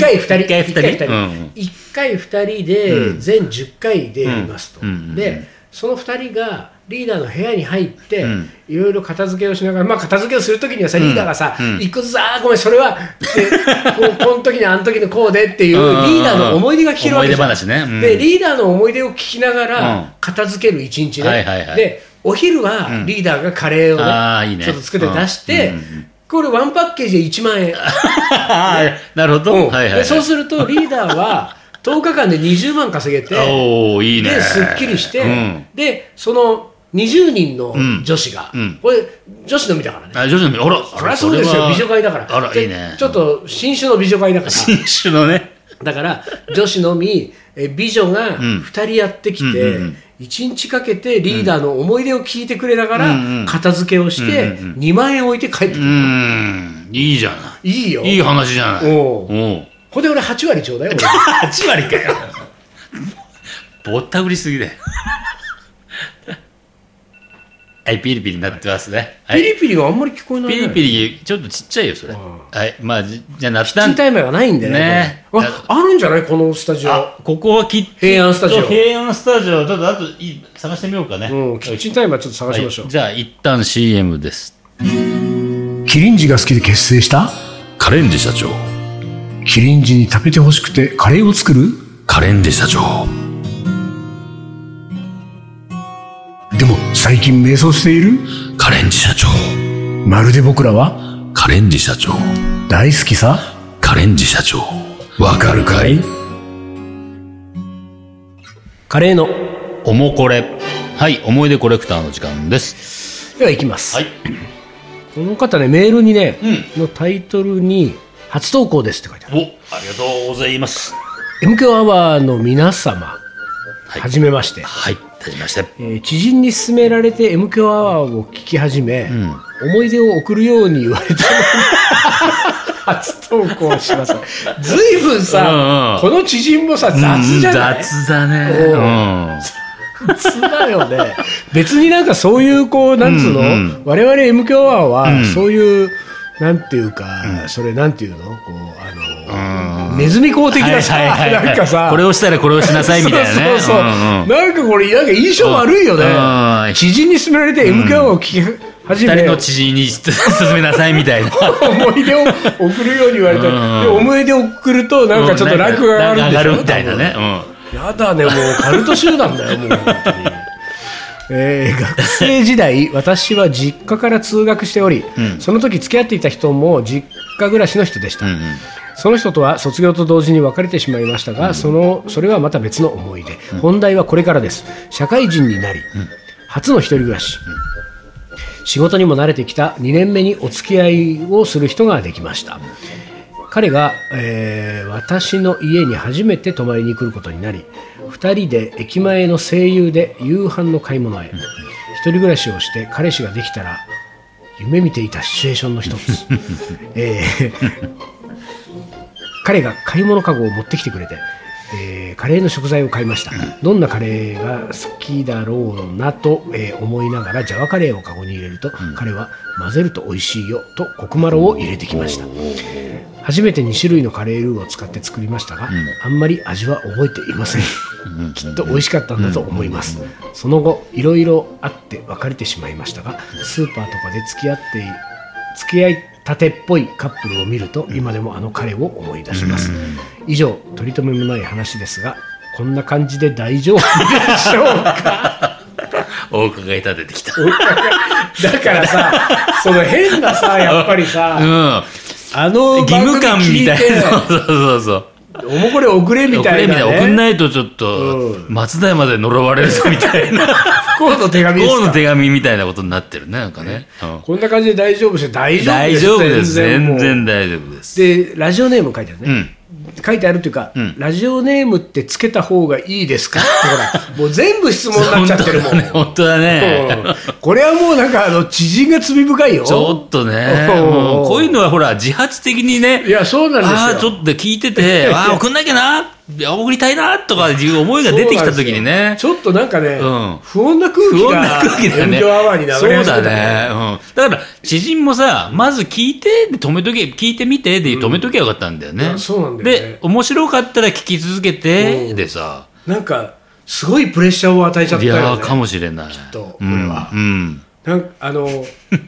[SPEAKER 1] 回2人、
[SPEAKER 2] 一回二人
[SPEAKER 1] 一二
[SPEAKER 2] うん
[SPEAKER 1] 一回二人で、全10回でやりますと
[SPEAKER 2] うんうん。
[SPEAKER 1] で、その2人がリーダーの部屋に入って
[SPEAKER 2] ん、
[SPEAKER 1] いろいろ片付けをしながら、まあ、片付けをするときにはさ、リーダーがさ
[SPEAKER 2] うん、
[SPEAKER 1] 行くぞ、あーごめん、それは、で
[SPEAKER 2] [laughs]
[SPEAKER 1] こうこの時にあの時のこうでっていう、リ
[SPEAKER 2] うんうんうん
[SPEAKER 1] ーダーの思い出が聞けるわけじゃん
[SPEAKER 2] 思い出話ねうん
[SPEAKER 1] で、リーダーの思い出を聞きなが
[SPEAKER 2] うん
[SPEAKER 1] ら、片付ける1日
[SPEAKER 2] はいはいは
[SPEAKER 1] ね。
[SPEAKER 2] い
[SPEAKER 1] で、お昼はリーダーがカレーをね
[SPEAKER 2] ああいいね
[SPEAKER 1] ちょっと作って出して、
[SPEAKER 2] うんうん
[SPEAKER 1] これワンパッケージで1万円、
[SPEAKER 2] あーなるほど。はいはいは
[SPEAKER 1] で
[SPEAKER 2] い。
[SPEAKER 1] そうするとリーダー
[SPEAKER 2] [laughs]
[SPEAKER 1] は10日間で20万稼げて
[SPEAKER 2] おーいいね。
[SPEAKER 1] ですっきりして、
[SPEAKER 2] うん。
[SPEAKER 1] でその20人の
[SPEAKER 2] ん
[SPEAKER 1] 女子が、
[SPEAKER 2] うん
[SPEAKER 1] これ女子のみだからね
[SPEAKER 2] あ、徐々に、あら、
[SPEAKER 1] そりゃそうです
[SPEAKER 2] れ
[SPEAKER 1] よ
[SPEAKER 2] は
[SPEAKER 1] 美女会だから
[SPEAKER 2] あら、
[SPEAKER 1] で
[SPEAKER 2] いいね。
[SPEAKER 1] ちょっと新種の美女会だから
[SPEAKER 2] [laughs] 新種のね。
[SPEAKER 1] だから女子のみえ美女が
[SPEAKER 2] ん
[SPEAKER 1] 2人やってき
[SPEAKER 2] う
[SPEAKER 1] て、
[SPEAKER 2] んうんうん
[SPEAKER 1] 1日かけてリーダーの思い出を聞いてくれなが
[SPEAKER 2] うんうん
[SPEAKER 1] ら片付けをして
[SPEAKER 2] うんうん
[SPEAKER 1] 2万円置いて帰ってく
[SPEAKER 2] う
[SPEAKER 1] る、
[SPEAKER 2] ん。いいじゃない
[SPEAKER 1] いいよ
[SPEAKER 2] い。いい話じゃな
[SPEAKER 1] お
[SPEAKER 2] い。
[SPEAKER 1] う
[SPEAKER 2] おう。
[SPEAKER 1] ここで俺8割ちょうだい
[SPEAKER 2] [laughs]
[SPEAKER 1] 俺
[SPEAKER 2] 8割かよぼったくりすぎだよはいピリピリになってますね、はい、
[SPEAKER 1] ピリピリがあんまり聞こえない、
[SPEAKER 2] ピ
[SPEAKER 1] ね。
[SPEAKER 2] リピリちょっとちっちゃいよそれ
[SPEAKER 1] ん
[SPEAKER 2] はいまあじじゃあなっ
[SPEAKER 1] キ
[SPEAKER 2] た
[SPEAKER 1] ッチン
[SPEAKER 2] ん
[SPEAKER 1] タイマーがないんでね。
[SPEAKER 2] ね
[SPEAKER 1] これあ、あるんじゃないこのスタジオ。
[SPEAKER 2] あここはキッチン
[SPEAKER 1] 平安スタジオ
[SPEAKER 2] そう平安スタジオちょっとあといい探してみようかね、
[SPEAKER 1] うん、キッチンタイマーちょっと探しましょう。
[SPEAKER 2] じゃあ一旦 CM です
[SPEAKER 1] キリンジが好きで結成した
[SPEAKER 3] カレンジ社長
[SPEAKER 1] キリンジに食べてほしくてカレーを作る
[SPEAKER 3] カレンジ社長
[SPEAKER 1] でも最近迷走している
[SPEAKER 3] カレンジ社長
[SPEAKER 1] まるで僕らは
[SPEAKER 3] カレンジ社長
[SPEAKER 1] 大好きさ。
[SPEAKER 3] カレンジ社長わかるかい
[SPEAKER 1] カレーの。
[SPEAKER 2] おもこれはい思い出コレクターの時間です
[SPEAKER 1] では行きます。
[SPEAKER 2] はい
[SPEAKER 1] この方ね、メールにね、
[SPEAKER 2] う
[SPEAKER 1] のタイトルに、初投稿ですって書いてある。
[SPEAKER 2] おありがとうございます
[SPEAKER 1] m k アワーの皆様、
[SPEAKER 2] はい
[SPEAKER 1] はじめまして。
[SPEAKER 2] はいはじめまして
[SPEAKER 1] えー知人に勧められて m k アワーを聞き始め、思い出を送るように言われたので
[SPEAKER 2] [laughs]
[SPEAKER 1] 初投稿しますずいぶんさ、
[SPEAKER 2] う
[SPEAKER 1] この知人もさ雑じゃない、
[SPEAKER 2] うん雑だね
[SPEAKER 1] おう雑だよね別になんかそういうこうなんつうの、
[SPEAKER 2] うんうん
[SPEAKER 1] 我々 m k アワーは、
[SPEAKER 2] ん
[SPEAKER 1] そういうなんていうか、それなんていうのこうあの、ネズミ講的なさ、なんかさ
[SPEAKER 2] これをしたらこれをしなさいみたいなね。
[SPEAKER 1] そうそうそう、
[SPEAKER 2] んうん
[SPEAKER 1] なんかこれ、なんか印象悪いよね。
[SPEAKER 2] うんうん
[SPEAKER 1] 知人に勧められて m k を聞き始
[SPEAKER 2] 二
[SPEAKER 1] め、
[SPEAKER 2] 人の知人に勧めなさいみ
[SPEAKER 1] [laughs]
[SPEAKER 2] たいな。
[SPEAKER 1] 思い出を送るように言われた
[SPEAKER 2] うん
[SPEAKER 1] で思い出を送ると、なんかちょっと落が上がるんでしょ
[SPEAKER 2] なんか上がるみたいなね。
[SPEAKER 1] やだね、もうカルト集団だよ、もう本
[SPEAKER 2] [laughs]
[SPEAKER 1] 当に。えー学生時代、私は実家から通学しており、その時付き合っていた人も実家暮らしの人でした、
[SPEAKER 2] うんうん
[SPEAKER 1] その人とは卒業と同時に別れてしまいましたが、そのそれはまた別の思い出、本題はこれからです社会人になり、初の一人暮らし、仕事にも慣れてきた2年目にお付き合いをする人ができました彼が、えー私の家に初めて泊まりに来ることになり2人で駅前の声優で夕飯の買い物へ、一人暮らしをして彼氏ができたら夢見ていたシチュエーションの一つ、えー彼が買い物かごを持ってきてくれて、えーカレーの食材を買いました、どんなカレーが好きだろうなと、えー思いながらジャワカレーをカゴに入れると、彼は混ぜると美味しいよとコクマロを入れてきました初めて2種類のカレールーを使って作りましたが、あんまり味は覚えていませんきっと美味しかったんだと思います、その後いろいろあって別れてしまいましたがスーパーとかで付き合って付き合いたてっぽいカップルを見ると今でもあの彼を思い出します、以上取り留めもない話ですがこんな感じで大丈夫でしょうか
[SPEAKER 2] お伺い立ててきた。
[SPEAKER 1] だから
[SPEAKER 2] [laughs]
[SPEAKER 1] さその変なさやっぱりさ、
[SPEAKER 2] うん。
[SPEAKER 1] あの
[SPEAKER 2] 義務感みたいな。
[SPEAKER 1] 番
[SPEAKER 2] [laughs] そうそうそう。
[SPEAKER 1] 組聞いておもこれ遅れみ
[SPEAKER 2] 送
[SPEAKER 1] た
[SPEAKER 2] れ
[SPEAKER 1] い
[SPEAKER 2] み
[SPEAKER 1] な、
[SPEAKER 2] たい
[SPEAKER 1] ね、
[SPEAKER 2] な送んないとちょっと
[SPEAKER 1] う
[SPEAKER 2] 松代まで呪われるぞみたいな
[SPEAKER 1] 不幸の手紙です
[SPEAKER 2] 王の
[SPEAKER 1] か
[SPEAKER 2] 手紙みたいなことになってるねなんかね、うん
[SPEAKER 1] こんな感じで大丈夫でしょ大丈夫
[SPEAKER 2] 大丈夫です
[SPEAKER 1] も
[SPEAKER 2] 全
[SPEAKER 1] う
[SPEAKER 2] 然大丈夫です
[SPEAKER 1] でラジオネーム書いてある
[SPEAKER 2] う
[SPEAKER 1] ね、
[SPEAKER 2] ん
[SPEAKER 1] 書いてあるというか、
[SPEAKER 2] ん
[SPEAKER 1] ラジオネームってつけた方がいいです
[SPEAKER 2] [laughs]
[SPEAKER 1] かってほらもう全部質問になっ
[SPEAKER 2] 本
[SPEAKER 1] ちゃ
[SPEAKER 2] 当
[SPEAKER 1] ってるも
[SPEAKER 2] だ
[SPEAKER 1] ん、
[SPEAKER 2] ね本当だ
[SPEAKER 1] うん [laughs]
[SPEAKER 2] ね
[SPEAKER 1] これはもうなんかあの知人が罪深いよ
[SPEAKER 2] ちょっとね
[SPEAKER 1] おう
[SPEAKER 2] もうこういうのはほら自発的にね
[SPEAKER 1] いやそうなんですよ
[SPEAKER 2] ああちょっと聞いてて
[SPEAKER 1] [laughs]
[SPEAKER 2] ああ送んなきゃないや送りたいなとかいう思いが出てきた時にね
[SPEAKER 1] ちょっとなんかね、
[SPEAKER 2] うん
[SPEAKER 1] 不穏な空
[SPEAKER 2] 不
[SPEAKER 1] 気
[SPEAKER 2] 穏
[SPEAKER 1] が
[SPEAKER 2] な空気だよね。
[SPEAKER 1] 遠慮アワーに流れ始
[SPEAKER 2] そう
[SPEAKER 1] めた
[SPEAKER 2] だね。うん。だから、知人もさ、まず聞いて、で止めとけ、聞いてみて、で止めとけばよかったんだよね。
[SPEAKER 1] うんそうなんだよね
[SPEAKER 2] で、面白かったら聞き続け
[SPEAKER 1] う
[SPEAKER 2] て、
[SPEAKER 1] ん
[SPEAKER 2] でさ、
[SPEAKER 1] なんかすごいプレッシャーを与えちゃった
[SPEAKER 2] い
[SPEAKER 1] よ、ね、
[SPEAKER 2] やー、かもしれない。き
[SPEAKER 1] っとこ
[SPEAKER 2] う
[SPEAKER 1] れ
[SPEAKER 2] ん。
[SPEAKER 1] は
[SPEAKER 2] うん。
[SPEAKER 1] なんかあの [laughs]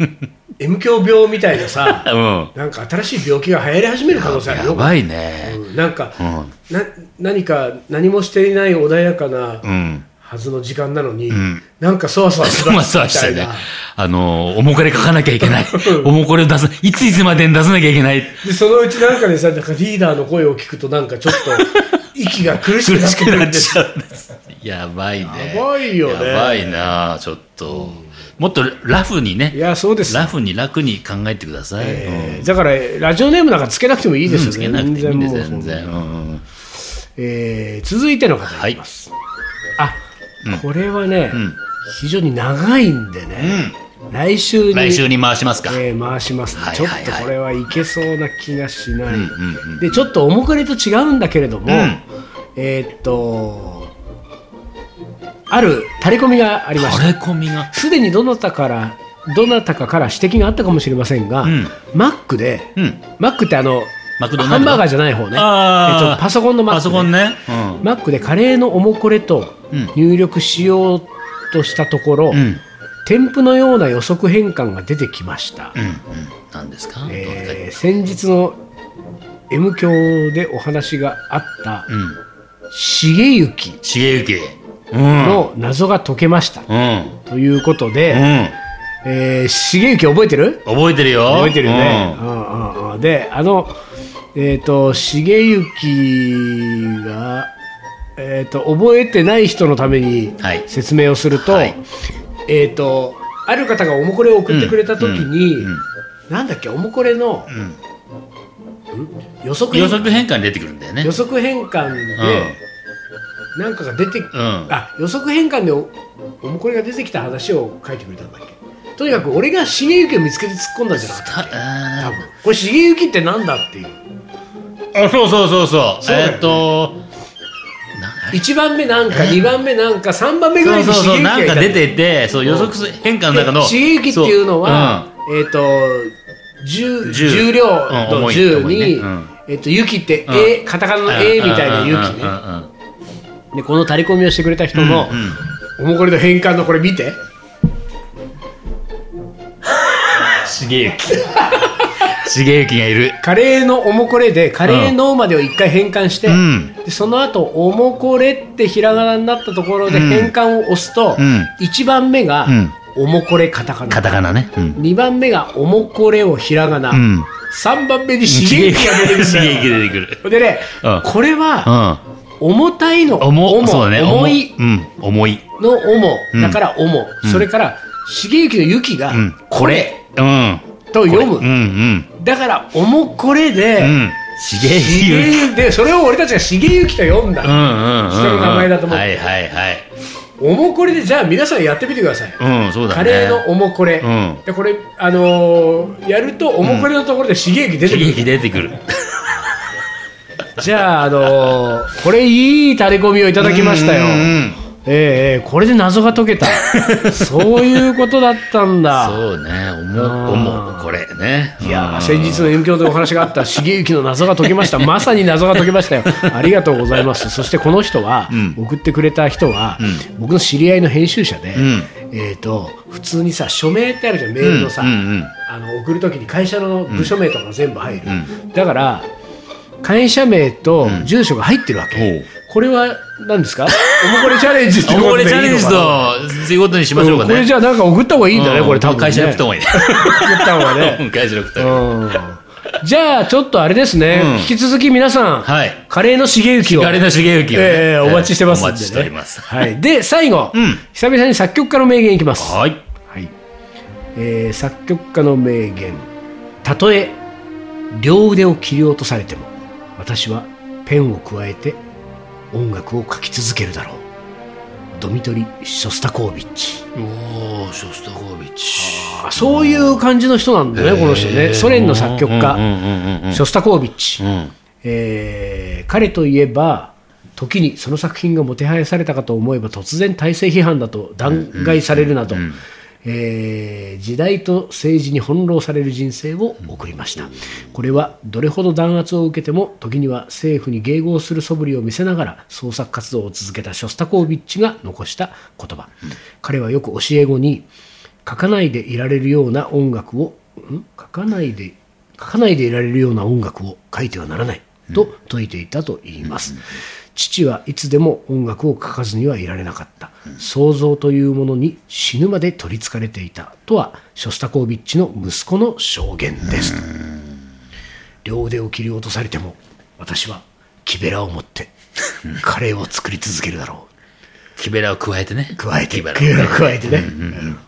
[SPEAKER 1] M 響病みたいなさ
[SPEAKER 2] うん。
[SPEAKER 1] なんか新しい病気が流行り始める可能性ある
[SPEAKER 2] や
[SPEAKER 1] よ
[SPEAKER 2] ばいね。
[SPEAKER 1] うんなんか、
[SPEAKER 2] うん。
[SPEAKER 1] な何か何もしていない穏やかな
[SPEAKER 2] うん。
[SPEAKER 1] はずの時間なのに、
[SPEAKER 2] ん
[SPEAKER 1] なんかそわそわす
[SPEAKER 2] そ
[SPEAKER 1] る
[SPEAKER 2] わそわして
[SPEAKER 1] みた
[SPEAKER 2] ね
[SPEAKER 1] いな。
[SPEAKER 2] あのー、おもこれ書かなきゃいけない。
[SPEAKER 1] うん
[SPEAKER 2] おもこれを出す。いついつまでに出さなきゃいけない。
[SPEAKER 1] でそのうちなんかねさなんかリーダーの声を聞くとなんかちょっ
[SPEAKER 2] [laughs]
[SPEAKER 1] と息が苦し
[SPEAKER 2] 苦
[SPEAKER 1] くなっ
[SPEAKER 2] してく
[SPEAKER 1] くる
[SPEAKER 2] なっ
[SPEAKER 1] んで
[SPEAKER 2] ち
[SPEAKER 1] す
[SPEAKER 2] ゃう
[SPEAKER 1] [laughs]
[SPEAKER 2] んです。やばいね。
[SPEAKER 1] やばいよね
[SPEAKER 2] やばいな、ちょっと。もっとラフにね
[SPEAKER 1] い。やそうです、
[SPEAKER 2] ラフに楽に考えてください。
[SPEAKER 1] えーだからラジオネームなんかつけなくてもいいです
[SPEAKER 2] うん
[SPEAKER 1] よ
[SPEAKER 2] つ
[SPEAKER 1] ね、
[SPEAKER 2] けなくていいんです
[SPEAKER 1] も
[SPEAKER 2] 全
[SPEAKER 1] う
[SPEAKER 2] 然。うん
[SPEAKER 1] えー続いての方いきます、あ、これはね、
[SPEAKER 2] ん
[SPEAKER 1] 非常に長いんでね、来週に
[SPEAKER 2] 来週に回しますか。
[SPEAKER 1] えー回しますね、
[SPEAKER 2] はいはいはい
[SPEAKER 1] ちょっとこれはいけそうな気がしない、
[SPEAKER 2] うんうん
[SPEAKER 1] でちょっと面影と違うんだけれども、
[SPEAKER 2] うん
[SPEAKER 1] えーっとあるタレコミがありまし
[SPEAKER 2] 垂
[SPEAKER 1] た
[SPEAKER 2] れ込みが。
[SPEAKER 1] すでにどなたからどなたかから指摘があったかもしれませんが、
[SPEAKER 2] うん
[SPEAKER 1] マックで、
[SPEAKER 2] うん
[SPEAKER 1] マックってあの
[SPEAKER 2] マクドナルド
[SPEAKER 1] ハンバーガーじゃない方ね、
[SPEAKER 2] あー
[SPEAKER 1] えっとパソコンのマック
[SPEAKER 2] パソコンね。うん
[SPEAKER 1] マックでカレーのおもこれと
[SPEAKER 2] うん
[SPEAKER 1] 入力しようとしたところ、
[SPEAKER 2] うん
[SPEAKER 1] 添付のような予測変換が出てきました、
[SPEAKER 2] うんうん。何ですか。どう
[SPEAKER 1] えー
[SPEAKER 2] ですか
[SPEAKER 1] 先日の M 教でお話があった
[SPEAKER 2] うん。
[SPEAKER 1] 重幸
[SPEAKER 2] 茂之。うん。
[SPEAKER 1] の謎が解けました、
[SPEAKER 2] うん。
[SPEAKER 1] ということ
[SPEAKER 2] う
[SPEAKER 1] で、
[SPEAKER 2] ん。
[SPEAKER 1] えー重幸覚えてる
[SPEAKER 2] 覚えてるよ。
[SPEAKER 1] 覚えてるよね、うんうんうんであのえっ、と重幸が、えー、と覚えてない人のために
[SPEAKER 2] はい
[SPEAKER 1] 説明をすると、
[SPEAKER 2] はい
[SPEAKER 1] えっ、とある方がおもこれを送ってくれた時に、
[SPEAKER 2] うんうん
[SPEAKER 1] なんだっけおもこれの
[SPEAKER 2] うん。うん
[SPEAKER 1] 予測
[SPEAKER 2] 予
[SPEAKER 1] 変
[SPEAKER 2] 測変換に出てくるんだよね
[SPEAKER 1] 予。測変換で、なんかが出て、
[SPEAKER 2] うん。
[SPEAKER 1] あ予測変換でおおもこれが出てきた話を書いてくれたんだっけとにかく俺が重幸を見つけて突っ込んだんじゃなかったっけ
[SPEAKER 2] た
[SPEAKER 1] 多分これ重幸ってなんだっていう
[SPEAKER 2] あ、そうそうそうそう。
[SPEAKER 1] そうだよね
[SPEAKER 2] えーっと、な
[SPEAKER 1] 1番目なんか2番目なんか3番目ぐ
[SPEAKER 2] そ
[SPEAKER 1] ら
[SPEAKER 2] う
[SPEAKER 1] いで
[SPEAKER 2] そ
[SPEAKER 1] 重幸
[SPEAKER 2] うそ
[SPEAKER 1] がい
[SPEAKER 2] う、
[SPEAKER 1] た
[SPEAKER 2] なんか出てて、そう、
[SPEAKER 1] ん
[SPEAKER 2] 予測変換の中の。
[SPEAKER 1] で重幸っていうのは、えっ、と重
[SPEAKER 2] 重
[SPEAKER 1] 重量
[SPEAKER 2] うん
[SPEAKER 1] の
[SPEAKER 2] 重い
[SPEAKER 1] 重に、
[SPEAKER 2] 重いねうん
[SPEAKER 1] えっと雪って、えカタカナ
[SPEAKER 2] うん、
[SPEAKER 1] の A みたいな
[SPEAKER 2] 勇
[SPEAKER 1] 勇
[SPEAKER 2] 気
[SPEAKER 1] 気ねでこのタレコミをしてくれた人の、
[SPEAKER 2] うんうん
[SPEAKER 1] おもこりの変換のこれ見て
[SPEAKER 2] すげえ。重幸がいる。
[SPEAKER 1] カレーのおもこれで、カレーのまでを一回変換して、
[SPEAKER 2] うん
[SPEAKER 1] でその後、おもこれってひらがなになったところで
[SPEAKER 2] うん
[SPEAKER 1] 変換を押すと、
[SPEAKER 2] うん
[SPEAKER 1] 一1番目が、
[SPEAKER 2] うん
[SPEAKER 1] おもこれカタカナ。
[SPEAKER 2] カタカナね。うん。
[SPEAKER 1] 2番目が、おもこれをひらがな。
[SPEAKER 2] うん
[SPEAKER 1] 3番目に茂
[SPEAKER 2] 重
[SPEAKER 1] きが出てくるん
[SPEAKER 2] 幸
[SPEAKER 1] だよ。
[SPEAKER 2] 出てくる。
[SPEAKER 1] でね、
[SPEAKER 2] うん
[SPEAKER 1] これ
[SPEAKER 2] う
[SPEAKER 1] は、
[SPEAKER 2] ん。
[SPEAKER 1] 重たいの、
[SPEAKER 2] 重
[SPEAKER 1] 重
[SPEAKER 2] そうだね。
[SPEAKER 1] 重い
[SPEAKER 2] うん。重い。
[SPEAKER 1] の重、
[SPEAKER 2] うん
[SPEAKER 1] だから重、それから、茂きのゆきが、
[SPEAKER 2] うん。
[SPEAKER 1] これ
[SPEAKER 2] うん。
[SPEAKER 1] と読む。
[SPEAKER 2] うんうん。
[SPEAKER 1] だから、おもこれで、
[SPEAKER 2] うん。重幸。
[SPEAKER 1] でそれを俺たちが重幸と呼ん
[SPEAKER 2] うん
[SPEAKER 1] だ、
[SPEAKER 2] うんうんうん。
[SPEAKER 1] 人の名前だと思う
[SPEAKER 2] はいはいはい。
[SPEAKER 1] おもこれでじゃあ皆さんやってみてください、
[SPEAKER 2] うん、そうだね。
[SPEAKER 1] カレーのおもこれ、
[SPEAKER 2] うん
[SPEAKER 1] でこれあのーやるとおもこれのところで重幸出てくる、
[SPEAKER 2] 刺激出てくる。
[SPEAKER 1] じゃああのーこれいい垂れ込みをいただきましたよ、
[SPEAKER 2] うんうん
[SPEAKER 1] ええええこれで謎が解け
[SPEAKER 2] [laughs]
[SPEAKER 1] たそういうことだったんだ
[SPEAKER 2] そうね、
[SPEAKER 1] あー
[SPEAKER 2] 思う、思う、これね。
[SPEAKER 1] いや
[SPEAKER 2] う
[SPEAKER 1] ー
[SPEAKER 2] ん
[SPEAKER 1] 先日の遠鏡でお話があった重幸の謎が解け
[SPEAKER 2] [laughs]
[SPEAKER 1] ましたまさに謎が解けましたよありがとうございますそしてこの人は、
[SPEAKER 2] うん
[SPEAKER 1] 送ってくれた人は、
[SPEAKER 2] う
[SPEAKER 1] 僕の知り合いの編集者で、
[SPEAKER 2] うん
[SPEAKER 1] えー、と普通にさ署名ってあるじゃんメールのさ、
[SPEAKER 2] うんうんうん
[SPEAKER 1] あの送るときに会社の部署名とかも全部入る、だから会社名と住所が入ってるわけ、
[SPEAKER 2] ほう
[SPEAKER 1] これは何
[SPEAKER 2] [laughs]
[SPEAKER 1] ですかおもこれチャレンジって
[SPEAKER 2] あ
[SPEAKER 1] こ
[SPEAKER 2] もう
[SPEAKER 1] と
[SPEAKER 2] こ
[SPEAKER 1] でい
[SPEAKER 2] れ
[SPEAKER 1] いの
[SPEAKER 2] チ
[SPEAKER 1] か
[SPEAKER 2] ャ
[SPEAKER 1] な
[SPEAKER 2] レンジと、そういうことにしましょうか
[SPEAKER 1] うん
[SPEAKER 2] ね。
[SPEAKER 1] これじゃあなんか送った方がいいんだね、
[SPEAKER 2] うん
[SPEAKER 1] これ多分、ね、
[SPEAKER 2] 会社の人もいいね。
[SPEAKER 1] 送った方がね
[SPEAKER 2] うん会社の人もいい。
[SPEAKER 1] うんじゃあちょっとあれですね、
[SPEAKER 2] うん
[SPEAKER 1] 引き続き皆さん、
[SPEAKER 2] はい
[SPEAKER 1] カレーの重幸を
[SPEAKER 2] カレーの重幸をね
[SPEAKER 1] ええお待ちしてますんで、ね
[SPEAKER 2] お待ちしております
[SPEAKER 1] はい、で最後、
[SPEAKER 2] うん
[SPEAKER 1] 久々に作曲家の名言いきます、
[SPEAKER 2] はい。
[SPEAKER 1] はいえー作曲家の名言たとえ両腕を切り落とされても私はペンを加えて音楽を書き続けるだろうドミトリ・ショスタコービッチ
[SPEAKER 2] おー、ショスタコービッチ。
[SPEAKER 1] あそういう感じの人なんだね、この人ねソ連の作曲家、
[SPEAKER 2] うんうんうんうん
[SPEAKER 1] ショスタコービッチ、
[SPEAKER 2] うん。うん
[SPEAKER 1] えー彼といえば時にその作品がもてはやされたかと思えば突然体制批判だと弾劾されるなど、えー時代と政治に翻弄される人生を送りましたこれはどれほど弾圧を受けても時には政府に迎合する素振りを見せながら創作活動を続けたショスタコービッチが残した言葉彼はよく教え子に書かないでいられるような音楽をん書かないで書かないでいられるような音楽を書いてはならないと説いていたと言います、父はいつでも音楽を書かずにはいられなかった、想像というものに死ぬまで取りつかれていたとはショスタコービッチの息子の証言です、両腕を切り落とされても私は木べらを持 [laughs] ってカレーを作り続けるだろ
[SPEAKER 2] 木べらを加えてね。
[SPEAKER 1] う加えて
[SPEAKER 2] 木
[SPEAKER 1] 木べ
[SPEAKER 2] べら
[SPEAKER 1] ら
[SPEAKER 2] をね
[SPEAKER 1] を加えてね、うん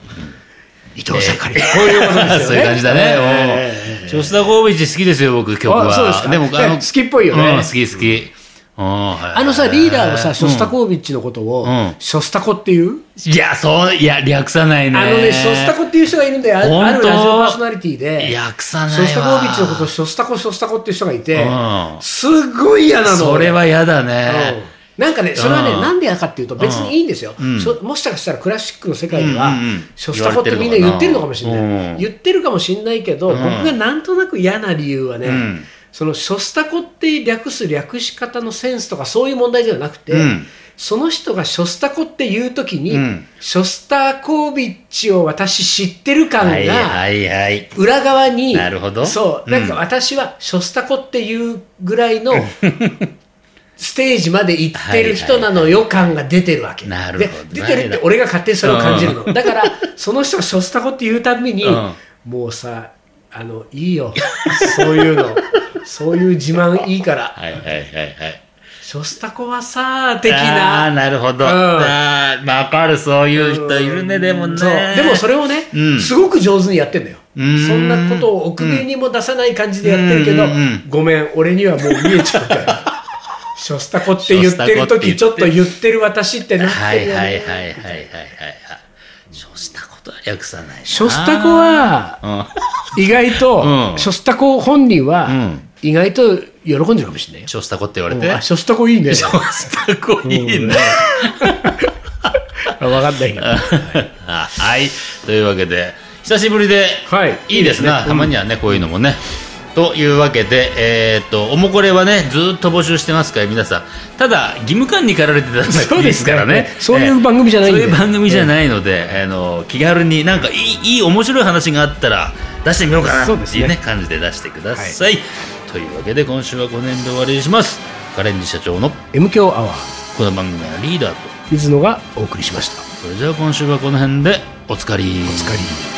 [SPEAKER 1] 伊藤さかり、こういうことですよね
[SPEAKER 2] [laughs] そういう感じだね。うんショスタコービッチ好きですよ、僕、曲は。
[SPEAKER 1] あそうですか [laughs]
[SPEAKER 2] も、
[SPEAKER 1] ね好きっぽいよね
[SPEAKER 2] うん好き好き。あ
[SPEAKER 1] あのさ、リーダーのさ、ショスタ
[SPEAKER 2] ー
[SPEAKER 1] コービッチのことを
[SPEAKER 2] ん、
[SPEAKER 1] ショスタコっていう、
[SPEAKER 2] いや、そう、いや、略さないね。
[SPEAKER 1] あのね、ショスタコっていう人がいるんだよ、あ
[SPEAKER 2] 本当
[SPEAKER 1] あるラジオパーソナリティで、
[SPEAKER 2] いや
[SPEAKER 1] シ
[SPEAKER 2] 訳さない
[SPEAKER 1] ョ
[SPEAKER 2] わ
[SPEAKER 1] スタコービッチのことをショスタコ、ショスタコっていう人がいて
[SPEAKER 2] うん、
[SPEAKER 1] すっごい嫌なの。
[SPEAKER 2] それは嫌だ
[SPEAKER 1] うん
[SPEAKER 2] ね。
[SPEAKER 1] なんかね、それはね、
[SPEAKER 2] うん
[SPEAKER 1] なんでやかっていうと、別にいいんですよ、そもしかしたらクラシックの世界では、
[SPEAKER 2] うんうんうん
[SPEAKER 1] ショスタコってみんな言ってるのかもしれない、
[SPEAKER 2] 言われてるのかなうん
[SPEAKER 1] 言ってるかもしれないけど、僕がなんとなく嫌な理由はね、
[SPEAKER 2] ん
[SPEAKER 1] そのショスタコって略す略し方のセンスとか、そういう問題ではなくて、
[SPEAKER 2] うん
[SPEAKER 1] その人がショスタコって言うときに、
[SPEAKER 2] うん
[SPEAKER 1] ショスタコービッチを私知ってる感が、
[SPEAKER 2] はいはいはい。
[SPEAKER 1] 裏側に、
[SPEAKER 2] なるほど
[SPEAKER 1] そう、なんか私はショスタコっていうぐらい
[SPEAKER 2] [laughs]
[SPEAKER 1] のステージまで行ってる人なのよ感が出てるわけ。
[SPEAKER 2] なるほど
[SPEAKER 1] で出てるって俺が勝手にそれを感じるの。だから、その人がショスタコって言うたびに、
[SPEAKER 2] うん
[SPEAKER 1] もうさ、あの、いいよ、そういうの。そういう自慢いいから、
[SPEAKER 2] はいはいはいはい。
[SPEAKER 1] ショスタコはさ、的な。
[SPEAKER 2] あーなるほど。
[SPEAKER 1] うん
[SPEAKER 2] あーわかる、そういう人いるね、でもね。
[SPEAKER 1] そうでもそれをね、
[SPEAKER 2] うん
[SPEAKER 1] すごく上手にやってんだよ。
[SPEAKER 2] ん
[SPEAKER 1] そんなことを臆病にも出さない感じでやってるけど、
[SPEAKER 2] うんうんうん
[SPEAKER 1] ごめん、俺にはもう見えちゃうから。
[SPEAKER 2] [laughs]
[SPEAKER 1] ショスタコって言ってる時ち
[SPEAKER 2] ショスタ
[SPEAKER 1] ょ
[SPEAKER 2] コ
[SPEAKER 1] っ
[SPEAKER 2] って言
[SPEAKER 1] と
[SPEAKER 2] って
[SPEAKER 1] 言ってる私ってなっ
[SPEAKER 2] は
[SPEAKER 1] てる
[SPEAKER 2] い
[SPEAKER 1] よね
[SPEAKER 2] はいはいはいはいはいはい。 [laughs] そうしたことは略さないな。
[SPEAKER 1] ショスタコは意外と、
[SPEAKER 2] うん
[SPEAKER 1] ショスタコ本人は
[SPEAKER 2] ん
[SPEAKER 1] 意外と喜んでるかもしれないよ
[SPEAKER 2] ショスタコって言われ
[SPEAKER 1] うんあ
[SPEAKER 2] て。
[SPEAKER 1] ショスタコいいね。
[SPEAKER 2] ショスタコいいね。
[SPEAKER 1] あわかんないけど。
[SPEAKER 2] あはい。というわけで、久しぶりで、
[SPEAKER 1] はい
[SPEAKER 2] いいですね。たまにはね、こういうのもね。というわけで、えーっと、おもこれはね、ずーっと募集してますから、皆さん。ただ、義務感に駆られてただけ
[SPEAKER 1] そう
[SPEAKER 2] で
[SPEAKER 1] ですす
[SPEAKER 2] か
[SPEAKER 1] からら
[SPEAKER 2] ね
[SPEAKER 1] ね。そういう番組じゃないん
[SPEAKER 2] そう
[SPEAKER 1] で
[SPEAKER 2] いう番組じゃないので、あの、気軽になんかいい、いい、面白い話があったら、出してみようかなって
[SPEAKER 1] そうです
[SPEAKER 2] いうね
[SPEAKER 1] ね
[SPEAKER 2] 感じで出してください、というわけで今週は5年で終わりにしますカレンジ社長の
[SPEAKER 1] M 強アワー
[SPEAKER 2] この番組はリーダーと
[SPEAKER 1] 水野がお送りしました
[SPEAKER 2] それじゃあ今週はこの辺でおつかりおつ
[SPEAKER 1] お疲れ